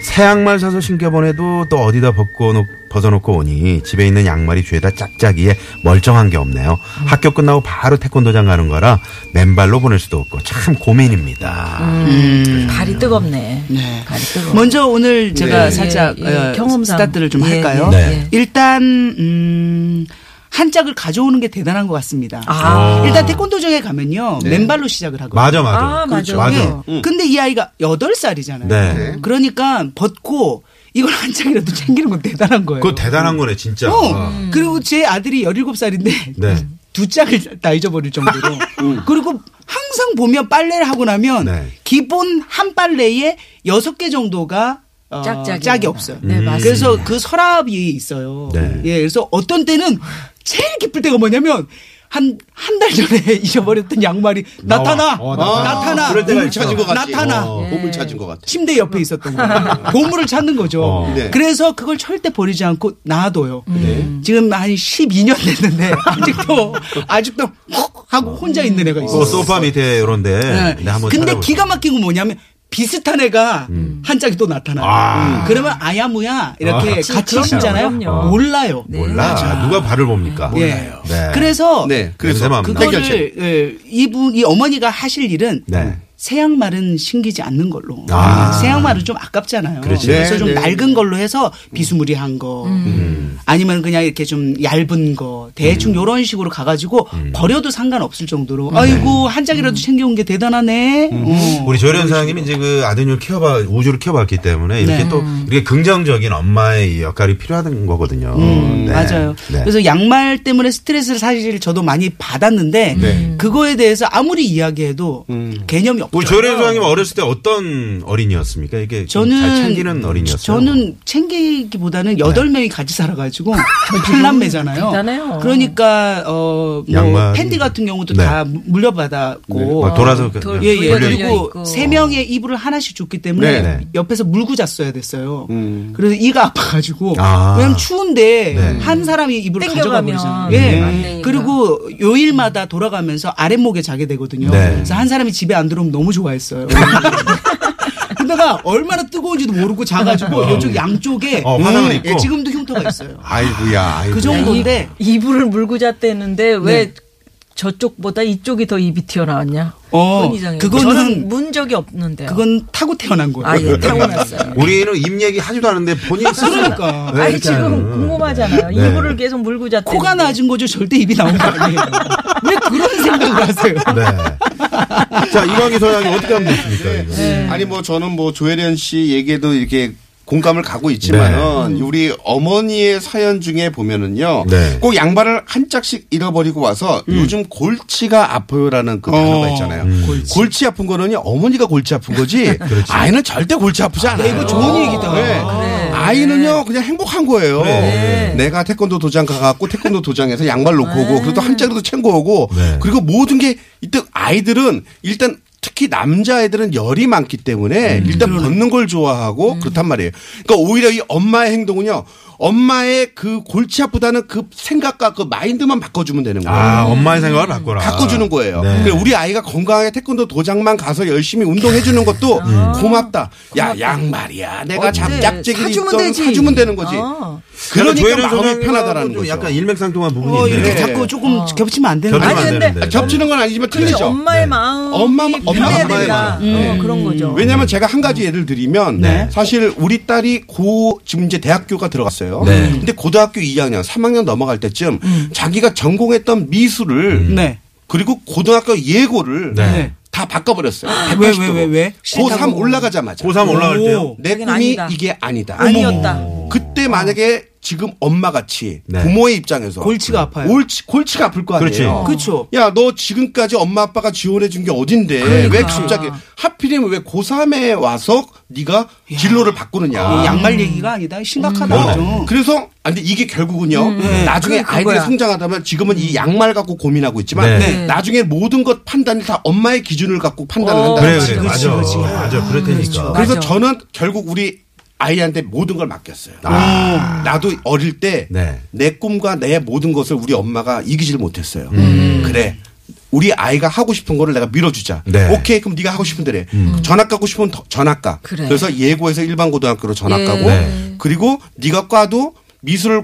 [SPEAKER 1] 새 양말 사서 신겨보내도 또 어디다 벗고, 놓- 벗어놓고 오니 집에 있는 양말이 죄다 짝짝이에 멀쩡한 게 없네요. 학교 끝나고 바로 태권도장 가는 거라 맨발로 보낼 수도 없고 참 고민입니다.
[SPEAKER 2] 음. 발이 뜨겁네.
[SPEAKER 4] 네.
[SPEAKER 2] 발이 뜨거워.
[SPEAKER 4] 먼저 오늘 제가
[SPEAKER 2] 네.
[SPEAKER 4] 살짝
[SPEAKER 2] 예, 예.
[SPEAKER 4] 어,
[SPEAKER 2] 경험상.
[SPEAKER 4] 스타트를 좀
[SPEAKER 2] 예,
[SPEAKER 4] 할까요?
[SPEAKER 2] 예,
[SPEAKER 1] 네.
[SPEAKER 4] 일단 음, 한 짝을 가져오는 게 대단한 것 같습니다.
[SPEAKER 2] 아.
[SPEAKER 4] 일단 태권도장에 가면요 맨발로 시작을 하고
[SPEAKER 1] 네. 맞아, 맞아. 그렇죠.
[SPEAKER 2] 아, 맞아.
[SPEAKER 1] 맞아.
[SPEAKER 4] 근데 이 아이가 8살이잖아요.
[SPEAKER 1] 네.
[SPEAKER 4] 그러니까 벗고 이걸 한 짝이라도 챙기는 건 대단한 거예요.
[SPEAKER 1] 그거 대단한 거네, 진짜. 아.
[SPEAKER 4] 어, 그리고 제 아들이 17살인데
[SPEAKER 1] 네.
[SPEAKER 4] 두 짝을 다 잊어버릴 정도로. 그리고 항상 보면 빨래를 하고 나면
[SPEAKER 1] 네.
[SPEAKER 4] 기본 한 빨래에 여섯 개 정도가 어,
[SPEAKER 2] 짝짝이.
[SPEAKER 4] 짝이 없어요.
[SPEAKER 2] 네, 맞습니다.
[SPEAKER 4] 그래서 그 서랍이 있어요.
[SPEAKER 1] 음. 네.
[SPEAKER 4] 예, 그래서 어떤 때는 제일 기쁠 때가 뭐냐면 한 한 달 전에 잊어버렸던 양말이 나타나,
[SPEAKER 1] 어,
[SPEAKER 3] 아,
[SPEAKER 4] 나타나,
[SPEAKER 3] 그럴 때가 있죠.
[SPEAKER 4] 찾은 것 같지. 나타나,
[SPEAKER 3] 어, 몸을 찾은 것 같아.
[SPEAKER 4] 침대 옆에 있었던 거 보물을 찾는 거죠.
[SPEAKER 1] 어.
[SPEAKER 3] 네.
[SPEAKER 4] 그래서 그걸 절대 버리지 않고 놔둬요. 지금 한 12년 됐는데 아직도 아직도 헉 하고 혼자 있는 애가 있어요.
[SPEAKER 1] 어, 소파 밑에 이런데.
[SPEAKER 4] 음. 네.
[SPEAKER 1] 네, 한번
[SPEAKER 4] 근데
[SPEAKER 1] 찾아볼게요.
[SPEAKER 4] 기가 막힌 건 뭐냐면 비슷한 애가 한 짝이 또 나타나. 요 음. 그러면 아야무야 이렇게
[SPEAKER 2] 아,
[SPEAKER 4] 같이
[SPEAKER 2] 그럼요,
[SPEAKER 4] 있잖아요.
[SPEAKER 2] 그럼요.
[SPEAKER 4] 몰라요.
[SPEAKER 1] 몰라. 누가 발을 봅니까?
[SPEAKER 4] 몰라요.
[SPEAKER 1] 네.
[SPEAKER 4] 예. 그래서
[SPEAKER 3] 네, 그래서
[SPEAKER 1] 냄새만 안
[SPEAKER 4] 그거를
[SPEAKER 3] 해결책.
[SPEAKER 4] 예, 이분 이 어머니가 하실 일은
[SPEAKER 1] 네.
[SPEAKER 4] 새 양말은 신기지 않는 걸로.
[SPEAKER 1] 아. 그렇죠.
[SPEAKER 4] 새 양말은 좀 아깝잖아요.
[SPEAKER 1] 그렇지.
[SPEAKER 4] 래서
[SPEAKER 3] 네,
[SPEAKER 4] 좀
[SPEAKER 3] 네.
[SPEAKER 4] 낡은 걸로 해서 비스무리한 거. 아니면 그냥 이렇게 좀 얇은 거
[SPEAKER 1] 음.
[SPEAKER 4] 대충 요런 식으로 가가지고 버려도 상관없을 정도로 아이고 한 장이라도 챙겨온 게 대단하네. 어.
[SPEAKER 1] 네. 음. 우리 조련 사장님이 이제 그 아드님을 키워봐, 우주를 키워봤기 때문에 이렇게
[SPEAKER 4] 네.
[SPEAKER 1] 또 이렇게 긍정적인 엄마의 이 역할이 필요한 거거든요.
[SPEAKER 4] 음,
[SPEAKER 1] 네.
[SPEAKER 4] 맞아요.
[SPEAKER 1] 네.
[SPEAKER 4] 그래서 양말 때문에 스트레스를 사실 저도 많이 받았는데
[SPEAKER 1] 네.
[SPEAKER 4] 그거에 대해서 아무리 이야기해도
[SPEAKER 1] 음.
[SPEAKER 4] 개념이 없죠.
[SPEAKER 1] 우리 조련 소장님 어렸을 때 어떤 어린이였습니까? 이게 좀잘
[SPEAKER 4] 저는
[SPEAKER 1] 챙기는 어린이였어요. 네.
[SPEAKER 4] 저는 챙기기보다는 여덟 명이 같이 살아가지고 팔남매잖아요.
[SPEAKER 2] 대단해요.
[SPEAKER 4] 그러니까 어뭐
[SPEAKER 1] 양말이-
[SPEAKER 4] 팬티 같은 경우도
[SPEAKER 1] 네.
[SPEAKER 4] 다
[SPEAKER 1] 네.
[SPEAKER 4] 물려받았고
[SPEAKER 1] 막 돌아서 그-
[SPEAKER 2] 돌-
[SPEAKER 4] 예, 예.
[SPEAKER 2] 돌려
[SPEAKER 4] 그리고
[SPEAKER 2] 있고.
[SPEAKER 4] 세 명의 이불을 하나씩 줬기 때문에
[SPEAKER 1] 네, 음. 네.
[SPEAKER 4] 옆에서 물고 잤어야 됐어요.
[SPEAKER 3] 음.
[SPEAKER 4] 그래서 이가 아파가지고
[SPEAKER 1] 아.
[SPEAKER 4] 그냥 추운데
[SPEAKER 1] 네.
[SPEAKER 4] 한 사람이 이불을 가져가
[SPEAKER 2] 땡겨가면
[SPEAKER 4] 버리잖아요. 예.
[SPEAKER 2] 안 되니까.
[SPEAKER 4] 그리고 요일마다 돌아가면서 아랫목에 자게 되거든요.
[SPEAKER 1] 네.
[SPEAKER 4] 그래서 한 사람이 집에 안 들어오면 너무 좋아했어요. 그러다가 얼마나 뜨거운지도 모르고 자가지고 이쪽 양쪽에
[SPEAKER 1] 어, 화상을 입고. 네.
[SPEAKER 4] 예, 지금도 흉터가 있어요.
[SPEAKER 2] 네.
[SPEAKER 3] 아이고야, 아이고.
[SPEAKER 4] 그 정도인데
[SPEAKER 2] 이불을 물고 잤대는데 왜 저쪽보다 이쪽이 더 입이 튀어나왔냐?
[SPEAKER 4] 어,
[SPEAKER 2] 그건
[SPEAKER 4] 그거는-
[SPEAKER 2] 저는 문 적이 없는데.
[SPEAKER 4] 그건 타고 태어난 거예요.
[SPEAKER 2] 아, 예, 타고났어요.
[SPEAKER 1] 우리는 입 얘기 하지도 않는데 본인 스스로
[SPEAKER 4] 그러니까.
[SPEAKER 2] 아니, 지금 궁금하잖아요.
[SPEAKER 1] 네.
[SPEAKER 2] 이불을 계속 물고 잤대.
[SPEAKER 4] 코가 낮은 거죠. 절대 입이 나온 거 아니에요. 왜 그런 생각을 하세요?
[SPEAKER 1] 네. 자, 이광희 소장이 어떻게 하면 좋습니까? 이거?
[SPEAKER 3] 아니 뭐 저는 뭐 조혜련 씨 얘기에도 이렇게 공감을 가고 있지만은 우리 어머니의 사연 중에 보면은요
[SPEAKER 1] 네.
[SPEAKER 3] 꼭 양말을 한 짝씩 잃어버리고 와서 요즘 골치가 아파요라는 그 단어가 있잖아요.
[SPEAKER 1] 음.
[SPEAKER 3] 골치. 아픈 거는요 어머니가 골치 아픈 거지 아이는 절대 골치 아프지 않아요. 이거
[SPEAKER 4] 좋은 얘기다. 아,
[SPEAKER 3] 아이는요 그냥 행복한 거예요. 내가 태권도 도장 가갖고 태권도 도장에서 양말 놓고 오고 그래도 한 짝이라도 챙고 오고
[SPEAKER 1] 네.
[SPEAKER 3] 그리고 모든 게 일단 아이들은 일단 특히 남자애들은 열이 많기 때문에 일단 벗는 걸
[SPEAKER 4] 음.
[SPEAKER 3] 좋아하고 그렇단 말이에요. 그러니까 오히려 이 엄마의 행동은요. 엄마의 그 골치 아프다는 그 생각과 그 마인드만 바꿔주면 되는 거예요.
[SPEAKER 1] 아, 엄마의 생각을 바꿔라.
[SPEAKER 3] 바꿔주는 거예요.
[SPEAKER 1] 네.
[SPEAKER 3] 그래 우리 아이가 건강하게 태권도 도장만 가서 열심히 운동해주는 것도
[SPEAKER 1] 음. 아.
[SPEAKER 3] 고맙다. 야 양말이야. 내가
[SPEAKER 2] 어째,
[SPEAKER 3] 잡작질이
[SPEAKER 2] 사주면
[SPEAKER 3] 있던
[SPEAKER 2] 되지.
[SPEAKER 3] 사주면 되는 거지.
[SPEAKER 2] 아.
[SPEAKER 3] 그러니까
[SPEAKER 1] 조혜련
[SPEAKER 3] 마음이
[SPEAKER 1] 소장님하고
[SPEAKER 3] 편하다라는
[SPEAKER 1] 좀
[SPEAKER 3] 거죠.
[SPEAKER 1] 약간 일맥상통한 부분이
[SPEAKER 4] 어,
[SPEAKER 1] 있네요.
[SPEAKER 4] 이렇게
[SPEAKER 3] 네.
[SPEAKER 4] 자꾸 조금 겹치면 안 되는
[SPEAKER 1] 저는
[SPEAKER 4] 거
[SPEAKER 2] 아니,
[SPEAKER 1] 안
[SPEAKER 2] 근데
[SPEAKER 1] 되는데.
[SPEAKER 3] 겹치는 건 아니지만
[SPEAKER 2] 그렇죠.
[SPEAKER 3] 틀리죠. 네.
[SPEAKER 2] 엄마의 마음.
[SPEAKER 3] 엄마-
[SPEAKER 2] 엄마
[SPEAKER 3] 엄마-
[SPEAKER 2] 엄마의
[SPEAKER 3] 엄마의
[SPEAKER 2] 된다. 어,
[SPEAKER 3] 마음. 네.
[SPEAKER 2] 그런 거죠.
[SPEAKER 3] 왜냐하면 제가 한 가지 예를 드리면
[SPEAKER 1] 네.
[SPEAKER 3] 사실 우리 딸이 고 지금 이제 대학교가 들어갔어요.
[SPEAKER 1] 네.
[SPEAKER 3] 근데 고등학교 2학년, 3학년 넘어갈 때쯤
[SPEAKER 2] 음.
[SPEAKER 3] 자기가 전공했던 미술을
[SPEAKER 4] 네.
[SPEAKER 3] 그리고 고등학교 예고를
[SPEAKER 1] 음. 네.
[SPEAKER 3] 다 바꿔버렸어요.
[SPEAKER 4] 왜,
[SPEAKER 3] 180 도로.
[SPEAKER 4] 왜, 왜, 왜?
[SPEAKER 3] 고3 올라가자마자
[SPEAKER 1] 고3 올라갈 때요.
[SPEAKER 4] 오. 네.
[SPEAKER 3] 내
[SPEAKER 2] 저긴
[SPEAKER 3] 꿈이
[SPEAKER 2] 아니다.
[SPEAKER 3] 이게 아니다.
[SPEAKER 2] 아니었다.
[SPEAKER 3] 그때 만약에 지금 엄마 같이
[SPEAKER 1] 네.
[SPEAKER 3] 부모의 입장에서
[SPEAKER 4] 골치가 아파요.
[SPEAKER 3] 골치, 골치가 아플 거
[SPEAKER 1] 그렇지.
[SPEAKER 3] 아니에요.
[SPEAKER 4] 그렇죠.
[SPEAKER 3] 야, 너 지금까지 엄마 아빠가 지원해 준 게 어딘데 왜 갑자기 하필이면 왜 고3에 와서 네가 진로를 바꾸느냐.
[SPEAKER 4] 이그 양말 얘기가 아니다. 심각하다.
[SPEAKER 3] 어,
[SPEAKER 4] 죠
[SPEAKER 3] 그래서 아, 근데 이게 결국은요. 나중에
[SPEAKER 2] 그, 그거야.
[SPEAKER 3] 아이들이 성장하다면 지금은 이 양말 갖고 고민하고 있지만
[SPEAKER 1] 네.
[SPEAKER 3] 나중에 모든 것 판단이 다 엄마의 기준을 갖고 판단을 한다.
[SPEAKER 1] 그래,
[SPEAKER 3] 는
[SPEAKER 1] 그래.
[SPEAKER 4] 그렇지,
[SPEAKER 1] 맞아.
[SPEAKER 4] 그렇지.
[SPEAKER 1] 맞아. 그럴 테니까.
[SPEAKER 3] 그렇죠. 그래서
[SPEAKER 2] 맞아.
[SPEAKER 3] 저는 결국 우리 아이한테 모든 걸 맡겼어요.
[SPEAKER 2] 아.
[SPEAKER 3] 나도 어릴 때 내
[SPEAKER 1] 네.
[SPEAKER 3] 꿈과 내 모든 것을 우리 엄마가 이기질 못했어요. 그래. 우리 아이가 하고 싶은 거를 내가 밀어주자.
[SPEAKER 1] 음. 네. 음.
[SPEAKER 3] 오케이, 그럼 네가 하고 싶은 대로 해. 전학 가고 싶으면 더- 전학 가.
[SPEAKER 2] 그래.
[SPEAKER 3] 래서 예고에서 일반 고등학교로 전학 가고
[SPEAKER 1] 네.
[SPEAKER 3] 그리고 네가 과도 미술을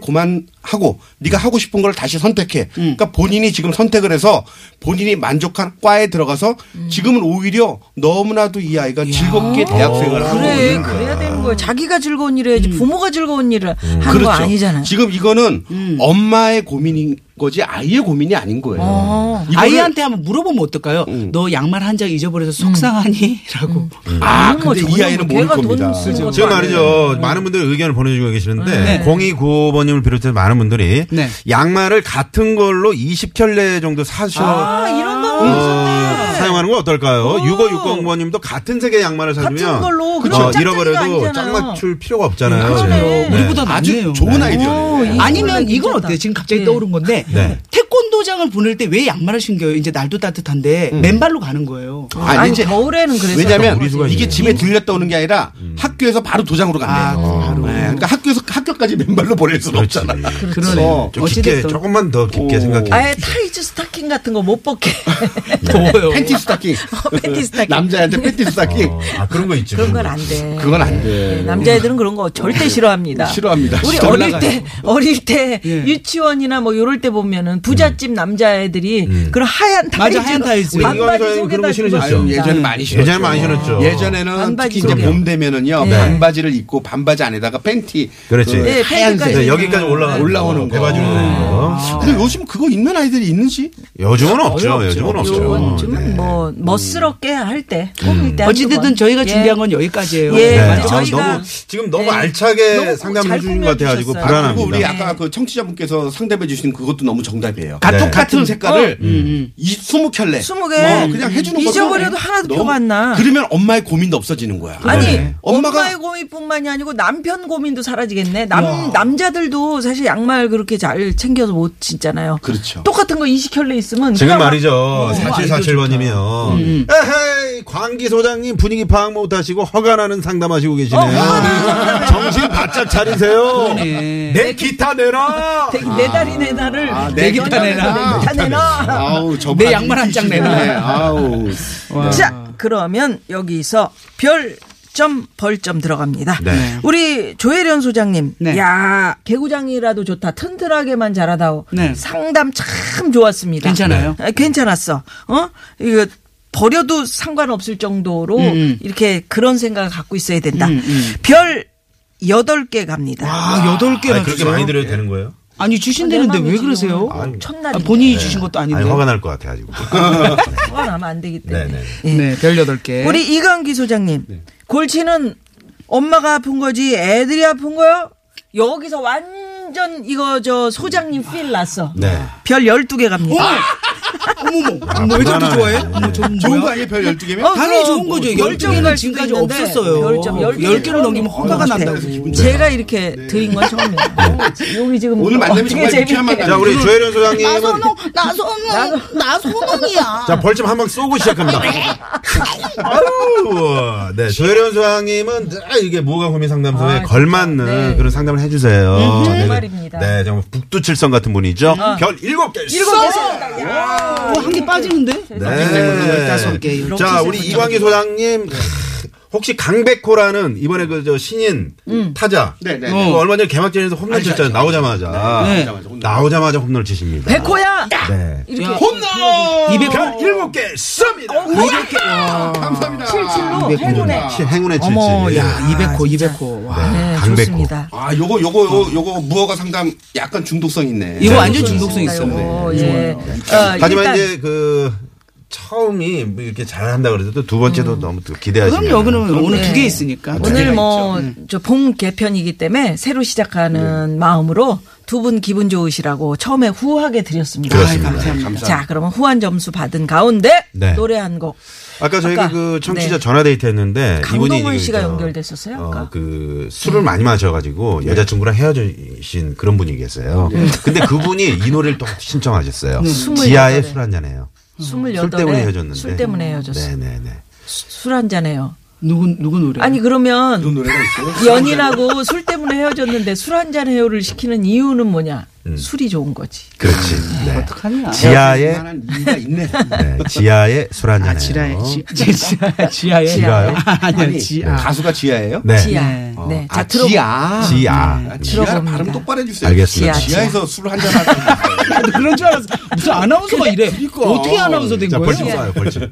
[SPEAKER 3] 그만하고 네가 하고 싶은 걸 다시 선택해. 그러니까 본인이 지금 선택을 해서 본인이 만족한 과에 들어가서 지금은 오히려 너무나도 이 아이가
[SPEAKER 1] 어.
[SPEAKER 3] 즐겁게 대학생을 하고
[SPEAKER 2] 그래
[SPEAKER 3] 있는 거예요.
[SPEAKER 2] 그래야 되는 거야. 자기가 즐거운 일을 해야지 부모가 즐거운 일을 하는 거 음. 아니잖아.
[SPEAKER 3] 음. 그렇죠. 지금 이거는 엄마의 고민인 거지 아이의 고민이 아닌 거예요.
[SPEAKER 2] 어.
[SPEAKER 3] 그 이거를-
[SPEAKER 4] 아이한테 한번 물어보면 어떨까요? 너 양말 한 장 잊어버려서 속상하니? 라고.
[SPEAKER 3] 아
[SPEAKER 2] 어머,
[SPEAKER 3] 근데 이
[SPEAKER 2] 저거는
[SPEAKER 3] 아이는
[SPEAKER 2] 뭐
[SPEAKER 3] 모를
[SPEAKER 2] 걔가 돈
[SPEAKER 3] 겁니다.
[SPEAKER 2] 쓰는 것도
[SPEAKER 1] 지금
[SPEAKER 2] 아니에요.
[SPEAKER 1] 말이죠. 많은 분들이 의견을 보내주고 계시는데 0295번님을 비롯해서 많은 분들이
[SPEAKER 4] 네.
[SPEAKER 1] 양말을 같은 걸로 20켤레 정도 사셔
[SPEAKER 2] 아 이런
[SPEAKER 1] 어,
[SPEAKER 2] 방법이 있었네.
[SPEAKER 1] 사용하는 건 어떨까요? 6560번님도 같은 색의 양말을 사주면
[SPEAKER 2] 같은 걸로. 그럼
[SPEAKER 1] 어,
[SPEAKER 2] 짝짝이가
[SPEAKER 1] 잃어버려도
[SPEAKER 2] 아니잖아요. 음,
[SPEAKER 1] 짝 맞출 필요가 없잖아요.
[SPEAKER 2] 그러네.
[SPEAKER 1] 지금. 네.
[SPEAKER 4] 우리보다 낫네요.
[SPEAKER 3] 아주 좋은 아이디어예요.
[SPEAKER 2] 오, 이-
[SPEAKER 4] 아니면
[SPEAKER 2] 이거는
[SPEAKER 4] 이건
[SPEAKER 2] 괜찮다.
[SPEAKER 4] 어때요? 지금 갑자기
[SPEAKER 2] 예.
[SPEAKER 4] 떠오른 건데
[SPEAKER 1] 네.
[SPEAKER 4] 태권도장을 보낼 때 왜 양말을 신겨요? 이제 날도 따뜻한데 맨발로 가는 거예요.
[SPEAKER 3] 아니,
[SPEAKER 2] 아니
[SPEAKER 3] 이제
[SPEAKER 2] 어, 겨울에는 그래서
[SPEAKER 3] 왜냐면
[SPEAKER 1] 우리 수가
[SPEAKER 3] 이게
[SPEAKER 1] 있네요.
[SPEAKER 3] 집에 들렸다 오는 게 아니라 학교에서 바로 도장으로
[SPEAKER 2] 아,
[SPEAKER 3] 간대요. 네, 그러니까 학교에서 학교까지 맨발로 보낼 수는 없잖아.
[SPEAKER 4] 그러네.
[SPEAKER 3] 어,
[SPEAKER 1] 좀 깊게
[SPEAKER 4] 어찌됐든.
[SPEAKER 1] 조금만 더 깊게
[SPEAKER 3] 오.
[SPEAKER 1] 생각해.
[SPEAKER 2] 아예 타이즈 스타킹 같은 거 못 벗게.
[SPEAKER 4] 더워요.
[SPEAKER 3] 팬티 스타킹.
[SPEAKER 2] 어, 팬티 스타킹.
[SPEAKER 3] 남자한테 팬티 스타킹.
[SPEAKER 1] 어, 아 그런 거 있죠.
[SPEAKER 2] 그런 건 안 돼.
[SPEAKER 3] 그건 안 돼.
[SPEAKER 2] 네, 남자애들은 그런 거 절대 싫어합니다.
[SPEAKER 3] 예. 싫어합니다.
[SPEAKER 2] 우리
[SPEAKER 3] 진짜
[SPEAKER 2] 어릴
[SPEAKER 3] 올라가요.
[SPEAKER 2] 때 어릴 때
[SPEAKER 4] 예.
[SPEAKER 2] 유치원이나 뭐 요럴 때 보면은
[SPEAKER 3] 음.
[SPEAKER 2] 부잣집 남자애들이 그런 하얀 타이즈
[SPEAKER 4] 맞아, 하얀 타이즈. 우리
[SPEAKER 1] 이광희
[SPEAKER 2] 반바지
[SPEAKER 1] 선생님 그런
[SPEAKER 2] 속에다
[SPEAKER 1] 거 신으셨죠?
[SPEAKER 2] 입고
[SPEAKER 3] 아유, 예전에 많이 신었죠.
[SPEAKER 1] 그렇죠. 예전에 많이 신었죠.
[SPEAKER 3] 예전에는
[SPEAKER 2] 반바지 네.
[SPEAKER 3] 특히 이제
[SPEAKER 2] 속에요.
[SPEAKER 3] 봄 되면은요 반바지를 입고 반바지 안에다가 팬티
[SPEAKER 1] 그렇지.
[SPEAKER 3] 그
[SPEAKER 2] 예,
[SPEAKER 3] 하얀색
[SPEAKER 2] 팬티까지
[SPEAKER 1] 네, 여기까지 올라가는
[SPEAKER 3] 올라오는 거. 아.
[SPEAKER 1] 배바지로 되는 거.
[SPEAKER 3] 근데 요즘 그거 있는 아이들이 있는지
[SPEAKER 1] 요즘은 없죠. 요즘은 없죠. 네.
[SPEAKER 2] 요건
[SPEAKER 3] 어, 네.
[SPEAKER 2] 좀뭐
[SPEAKER 3] 음.
[SPEAKER 2] 멋스럽게 할 때, 꾸밀 때.
[SPEAKER 4] 어찌됐든 저희가 준비한 건 예. 여기까지예요. 그렇죠.
[SPEAKER 2] 예,
[SPEAKER 1] 네.
[SPEAKER 2] 맞아요.
[SPEAKER 1] 아,
[SPEAKER 2] 저희가-
[SPEAKER 1] 너무 지금 너무
[SPEAKER 2] 네.
[SPEAKER 1] 알차게
[SPEAKER 2] 너무
[SPEAKER 1] 상담해
[SPEAKER 2] 잘
[SPEAKER 1] 주신 것 같아가지고
[SPEAKER 2] 꾸며주셨어요.
[SPEAKER 3] 아, 그리고
[SPEAKER 1] 불안합니다.
[SPEAKER 3] 우리 아까 그 청취자분께서 상담해 주신 그것도 너무 정답이에요.
[SPEAKER 1] 네.
[SPEAKER 3] 같은 같은 색깔을
[SPEAKER 4] 음.
[SPEAKER 3] 이 스무 켤레,
[SPEAKER 2] 어? 스무 개.
[SPEAKER 3] 어, 그냥 해주는 거죠.
[SPEAKER 2] 잊어버려도 하나도
[SPEAKER 3] 너무-
[SPEAKER 2] 표가 안 나.
[SPEAKER 3] 그러면 엄마의 고민도 없어지는 거야.
[SPEAKER 2] 아니
[SPEAKER 1] 네.
[SPEAKER 3] 엄마가-
[SPEAKER 2] 엄마의 고민뿐만이 아니고 남편 고민도 사라지겠네. 남 남자들도 사실 양말 그렇게 잘 챙겨서 못 신잖아요.
[SPEAKER 3] 그렇죠.
[SPEAKER 2] 똑같은 거 20켤레 있으면
[SPEAKER 1] 지금
[SPEAKER 2] 그냥
[SPEAKER 1] 말이죠. 4747번님이요. 에헤이, 광기 소장님 분위기 파악 못 하시고 허가 나는 상담하시고
[SPEAKER 2] 어,
[SPEAKER 1] 계시네요. 정신 바짝 차리세요.
[SPEAKER 4] 네.
[SPEAKER 1] 내 기타 내라.
[SPEAKER 2] 막 내, 내 다리 내 나를
[SPEAKER 3] 아. 내 기타
[SPEAKER 2] 연연하면서 내
[SPEAKER 3] 내놔.
[SPEAKER 2] 기타 내놔.
[SPEAKER 3] 아우 저
[SPEAKER 4] 내 양말 한장 내놔.
[SPEAKER 3] 아우
[SPEAKER 2] 자 그러면 여기서 별 10점 벌점 들어갑니다.
[SPEAKER 1] 네. 네.
[SPEAKER 2] 우리 조혜련 소장님,
[SPEAKER 4] 네.
[SPEAKER 2] 야 개구장이라도 좋다. 튼튼하게만 자라다오.
[SPEAKER 4] 네.
[SPEAKER 2] 상담 참 좋았습니다.
[SPEAKER 4] 괜찮아요?
[SPEAKER 2] 아, 괜찮았어. 어? 이거 버려도 상관없을 정도로
[SPEAKER 4] 음.
[SPEAKER 2] 이렇게 그런 생각을 갖고 있어야 된다.
[SPEAKER 4] 음, 음.
[SPEAKER 2] 별 8개 갑니다.
[SPEAKER 4] 아, 여덟 개나
[SPEAKER 1] 아니, 그렇게 많이 드려도 되는 거예요?
[SPEAKER 4] 아니 네, 주신다는데 왜 그러세요?
[SPEAKER 2] 첫날이
[SPEAKER 4] 아, 본인이 주신 것도 아닌데.
[SPEAKER 1] 아니, 화가 날 것 같아 가지고.
[SPEAKER 2] 화가 나면 안 되기 때문에.
[SPEAKER 1] 네네.
[SPEAKER 4] 네, 별 여덟 개.
[SPEAKER 2] 우리 이강기 소장님
[SPEAKER 1] 네.
[SPEAKER 2] 골치는 엄마가 아픈 거지 애들이 아픈 거요? 여기서 완전 이거 저 소장님 필 났어.
[SPEAKER 1] 네.
[SPEAKER 2] 별 12개 갑니다.
[SPEAKER 4] 어? 어머머,
[SPEAKER 1] 아,
[SPEAKER 4] 뭐왜 저렇게
[SPEAKER 1] 불안하네.
[SPEAKER 4] 좋아해?
[SPEAKER 1] 네.
[SPEAKER 4] 어머, 저
[SPEAKER 3] 좋은 거 아니에요? 별 12개면?
[SPEAKER 2] 어,
[SPEAKER 4] 당연히
[SPEAKER 2] 그럼
[SPEAKER 4] 좋은 거죠.
[SPEAKER 2] 뭐
[SPEAKER 4] 열
[SPEAKER 2] 별점이
[SPEAKER 4] 개는
[SPEAKER 2] 날
[SPEAKER 4] 지금까지
[SPEAKER 2] 수도 있는데
[SPEAKER 4] 없었어요.
[SPEAKER 2] 별점 열
[SPEAKER 4] 열 개를
[SPEAKER 1] 아,
[SPEAKER 4] 넘기면 허가가
[SPEAKER 2] 없대.
[SPEAKER 4] 난다 그래서 기분
[SPEAKER 2] 제가 이렇게 드린 건 처음이에요.
[SPEAKER 4] 네.
[SPEAKER 2] 어, 여기 지금
[SPEAKER 3] 오늘 만나면
[SPEAKER 2] 어떻게
[SPEAKER 3] 정말 유쾌한
[SPEAKER 2] 재밌게.
[SPEAKER 1] 자, 우리 조혜련 소장님은
[SPEAKER 5] 나선홍, 나선홍이야.
[SPEAKER 1] 자, 벌점 한 방 쏘고 시작합니다. 아유, 네. 조혜련 소장님은 늘 이게 무허가 고민 상담소에
[SPEAKER 2] 아,
[SPEAKER 1] 걸맞는
[SPEAKER 2] 네. 음,
[SPEAKER 1] 그런 상담을 해주세요. 네,
[SPEAKER 2] 정말입니다. 어.
[SPEAKER 1] 네, 정말 북두칠성 같은 분이죠. 별 일곱 개
[SPEAKER 2] 일곱 개 쏜다.
[SPEAKER 4] 어, 한 개 빠지는데?
[SPEAKER 2] 네.
[SPEAKER 4] 열다섯 개. 열다섯
[SPEAKER 1] 아, 네. 자,
[SPEAKER 4] 개.
[SPEAKER 1] 우리 이광희 소장님. 혹시 강백호라는 이번에 그 저 신인 타자
[SPEAKER 3] 네, 네, 네.
[SPEAKER 1] 그 얼마 전에 개막전에서 홈런 쳤잖아요 나오자마자
[SPEAKER 4] 네.
[SPEAKER 3] 나오자마자 홈런.
[SPEAKER 1] 나오자마자 홈런을 치십니다.
[SPEAKER 2] 백호야
[SPEAKER 1] 네.
[SPEAKER 2] 이렇게
[SPEAKER 4] 이백
[SPEAKER 1] 별 일곱 개 쏩니다.
[SPEAKER 4] 이백 개. 와.
[SPEAKER 3] 감사합니다.
[SPEAKER 2] 칠칠로 행운의
[SPEAKER 1] 칠- 행운의 칠칠.
[SPEAKER 2] 어머,
[SPEAKER 4] 야, 200호, 200호. 와.
[SPEAKER 2] 네,
[SPEAKER 1] 강백호.
[SPEAKER 2] 좋습니다.
[SPEAKER 3] 아, 요거, 요거, 요거, 요거 무허가 상담 약간 중독성 있네.
[SPEAKER 4] 이거 완전 중독성 있어요. 네.
[SPEAKER 2] 오, 예. 어,
[SPEAKER 1] 하지만
[SPEAKER 2] 일단
[SPEAKER 1] 이제 그 처음이 뭐 이렇게 잘한다 그래도 두 번째도 너무 또 기대하시면
[SPEAKER 4] 그럼 여기는 오늘
[SPEAKER 2] 네.
[SPEAKER 4] 두 개 있으니까. 두
[SPEAKER 2] 오늘
[SPEAKER 4] 개가
[SPEAKER 2] 뭐
[SPEAKER 4] 있죠. 네.
[SPEAKER 1] 음.
[SPEAKER 2] 저 봄 개편이기 때문에 새로 시작하는
[SPEAKER 1] 네.
[SPEAKER 2] 마음으로 두 분 기분 좋으시라고 처음에 후하게 드렸습니다.
[SPEAKER 1] 그렇습니다. 아이,
[SPEAKER 4] 감사합니다.
[SPEAKER 2] 자, 그러면 후한 점수 받은 가운데
[SPEAKER 1] 네.
[SPEAKER 2] 노래 한 곡.
[SPEAKER 1] 아까 저희
[SPEAKER 2] 아까,
[SPEAKER 1] 그 청취자
[SPEAKER 2] 네.
[SPEAKER 1] 전화 데이트 했는데
[SPEAKER 2] 강동원
[SPEAKER 1] 이분이
[SPEAKER 2] 씨가
[SPEAKER 1] 그 저,
[SPEAKER 2] 연결됐었어요, 아까?
[SPEAKER 1] 어, 그 술을 많이 마셔가지고 여자친구랑 헤어지신 그런 분이 계세요. 근데 그분이 이 노래를 또 신청하셨어요. 지하의
[SPEAKER 2] 스물여덟에.
[SPEAKER 1] 술 한잔해요. 그 술
[SPEAKER 2] 28에
[SPEAKER 1] 때문에 헤어졌는데.
[SPEAKER 2] 술 때문에 헤어졌어.
[SPEAKER 1] 네네네.
[SPEAKER 2] 술 한잔해요.
[SPEAKER 4] 누구 누구 노래?
[SPEAKER 2] 아니, 그러면
[SPEAKER 3] 이런 네. 노래가 있어요?
[SPEAKER 2] 연인하고 술 때문에 헤어졌는데 술 한잔해요를 시키는 이유는 뭐냐?
[SPEAKER 1] 음.
[SPEAKER 2] 술이 좋은 거지.
[SPEAKER 1] 그렇지. 네.
[SPEAKER 4] 어떡하냐?
[SPEAKER 1] 지하의
[SPEAKER 3] 만한 이유가 있네.
[SPEAKER 1] 네, 지하의 술
[SPEAKER 4] 아,
[SPEAKER 1] 한잔해요.
[SPEAKER 4] 지라에 지- 지- 지하 지하에
[SPEAKER 1] 어? 지하요?
[SPEAKER 4] 아니요,
[SPEAKER 3] 아니,
[SPEAKER 4] 지하.
[SPEAKER 3] 가수가 지아예요?
[SPEAKER 1] 네.
[SPEAKER 2] 지아. 네. 자,
[SPEAKER 3] 아,
[SPEAKER 2] 들어
[SPEAKER 3] 지아.
[SPEAKER 1] 지아.
[SPEAKER 3] 아, 지아
[SPEAKER 2] 들어봅니다.
[SPEAKER 3] 발음 똑바로 해주세요.
[SPEAKER 1] 알겠습니다.
[SPEAKER 2] 지아,
[SPEAKER 3] 지하, 에서 술을 한잔 하고.
[SPEAKER 4] 나도 네, 그런 줄 알았어. 무슨 아나운서가 이래. 어떻게 아나운서 된
[SPEAKER 1] 자,
[SPEAKER 4] 거예요?
[SPEAKER 1] 벌칙 쏴요, 벌칙.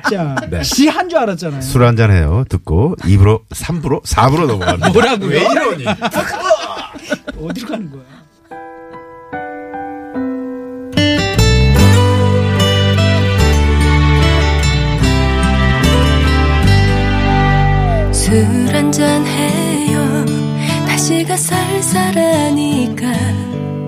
[SPEAKER 4] 진짜.
[SPEAKER 1] 네.
[SPEAKER 4] 지한 줄 알았잖아요.
[SPEAKER 1] 술 한잔해요. 듣고 2부로, 3부로, 4부로 넘어갑니다.
[SPEAKER 4] 뭐라고요?
[SPEAKER 1] 왜 이러니?
[SPEAKER 4] 어디로 가는 거야?
[SPEAKER 6] 술 한잔 해요 다시가 쌀쌀하니까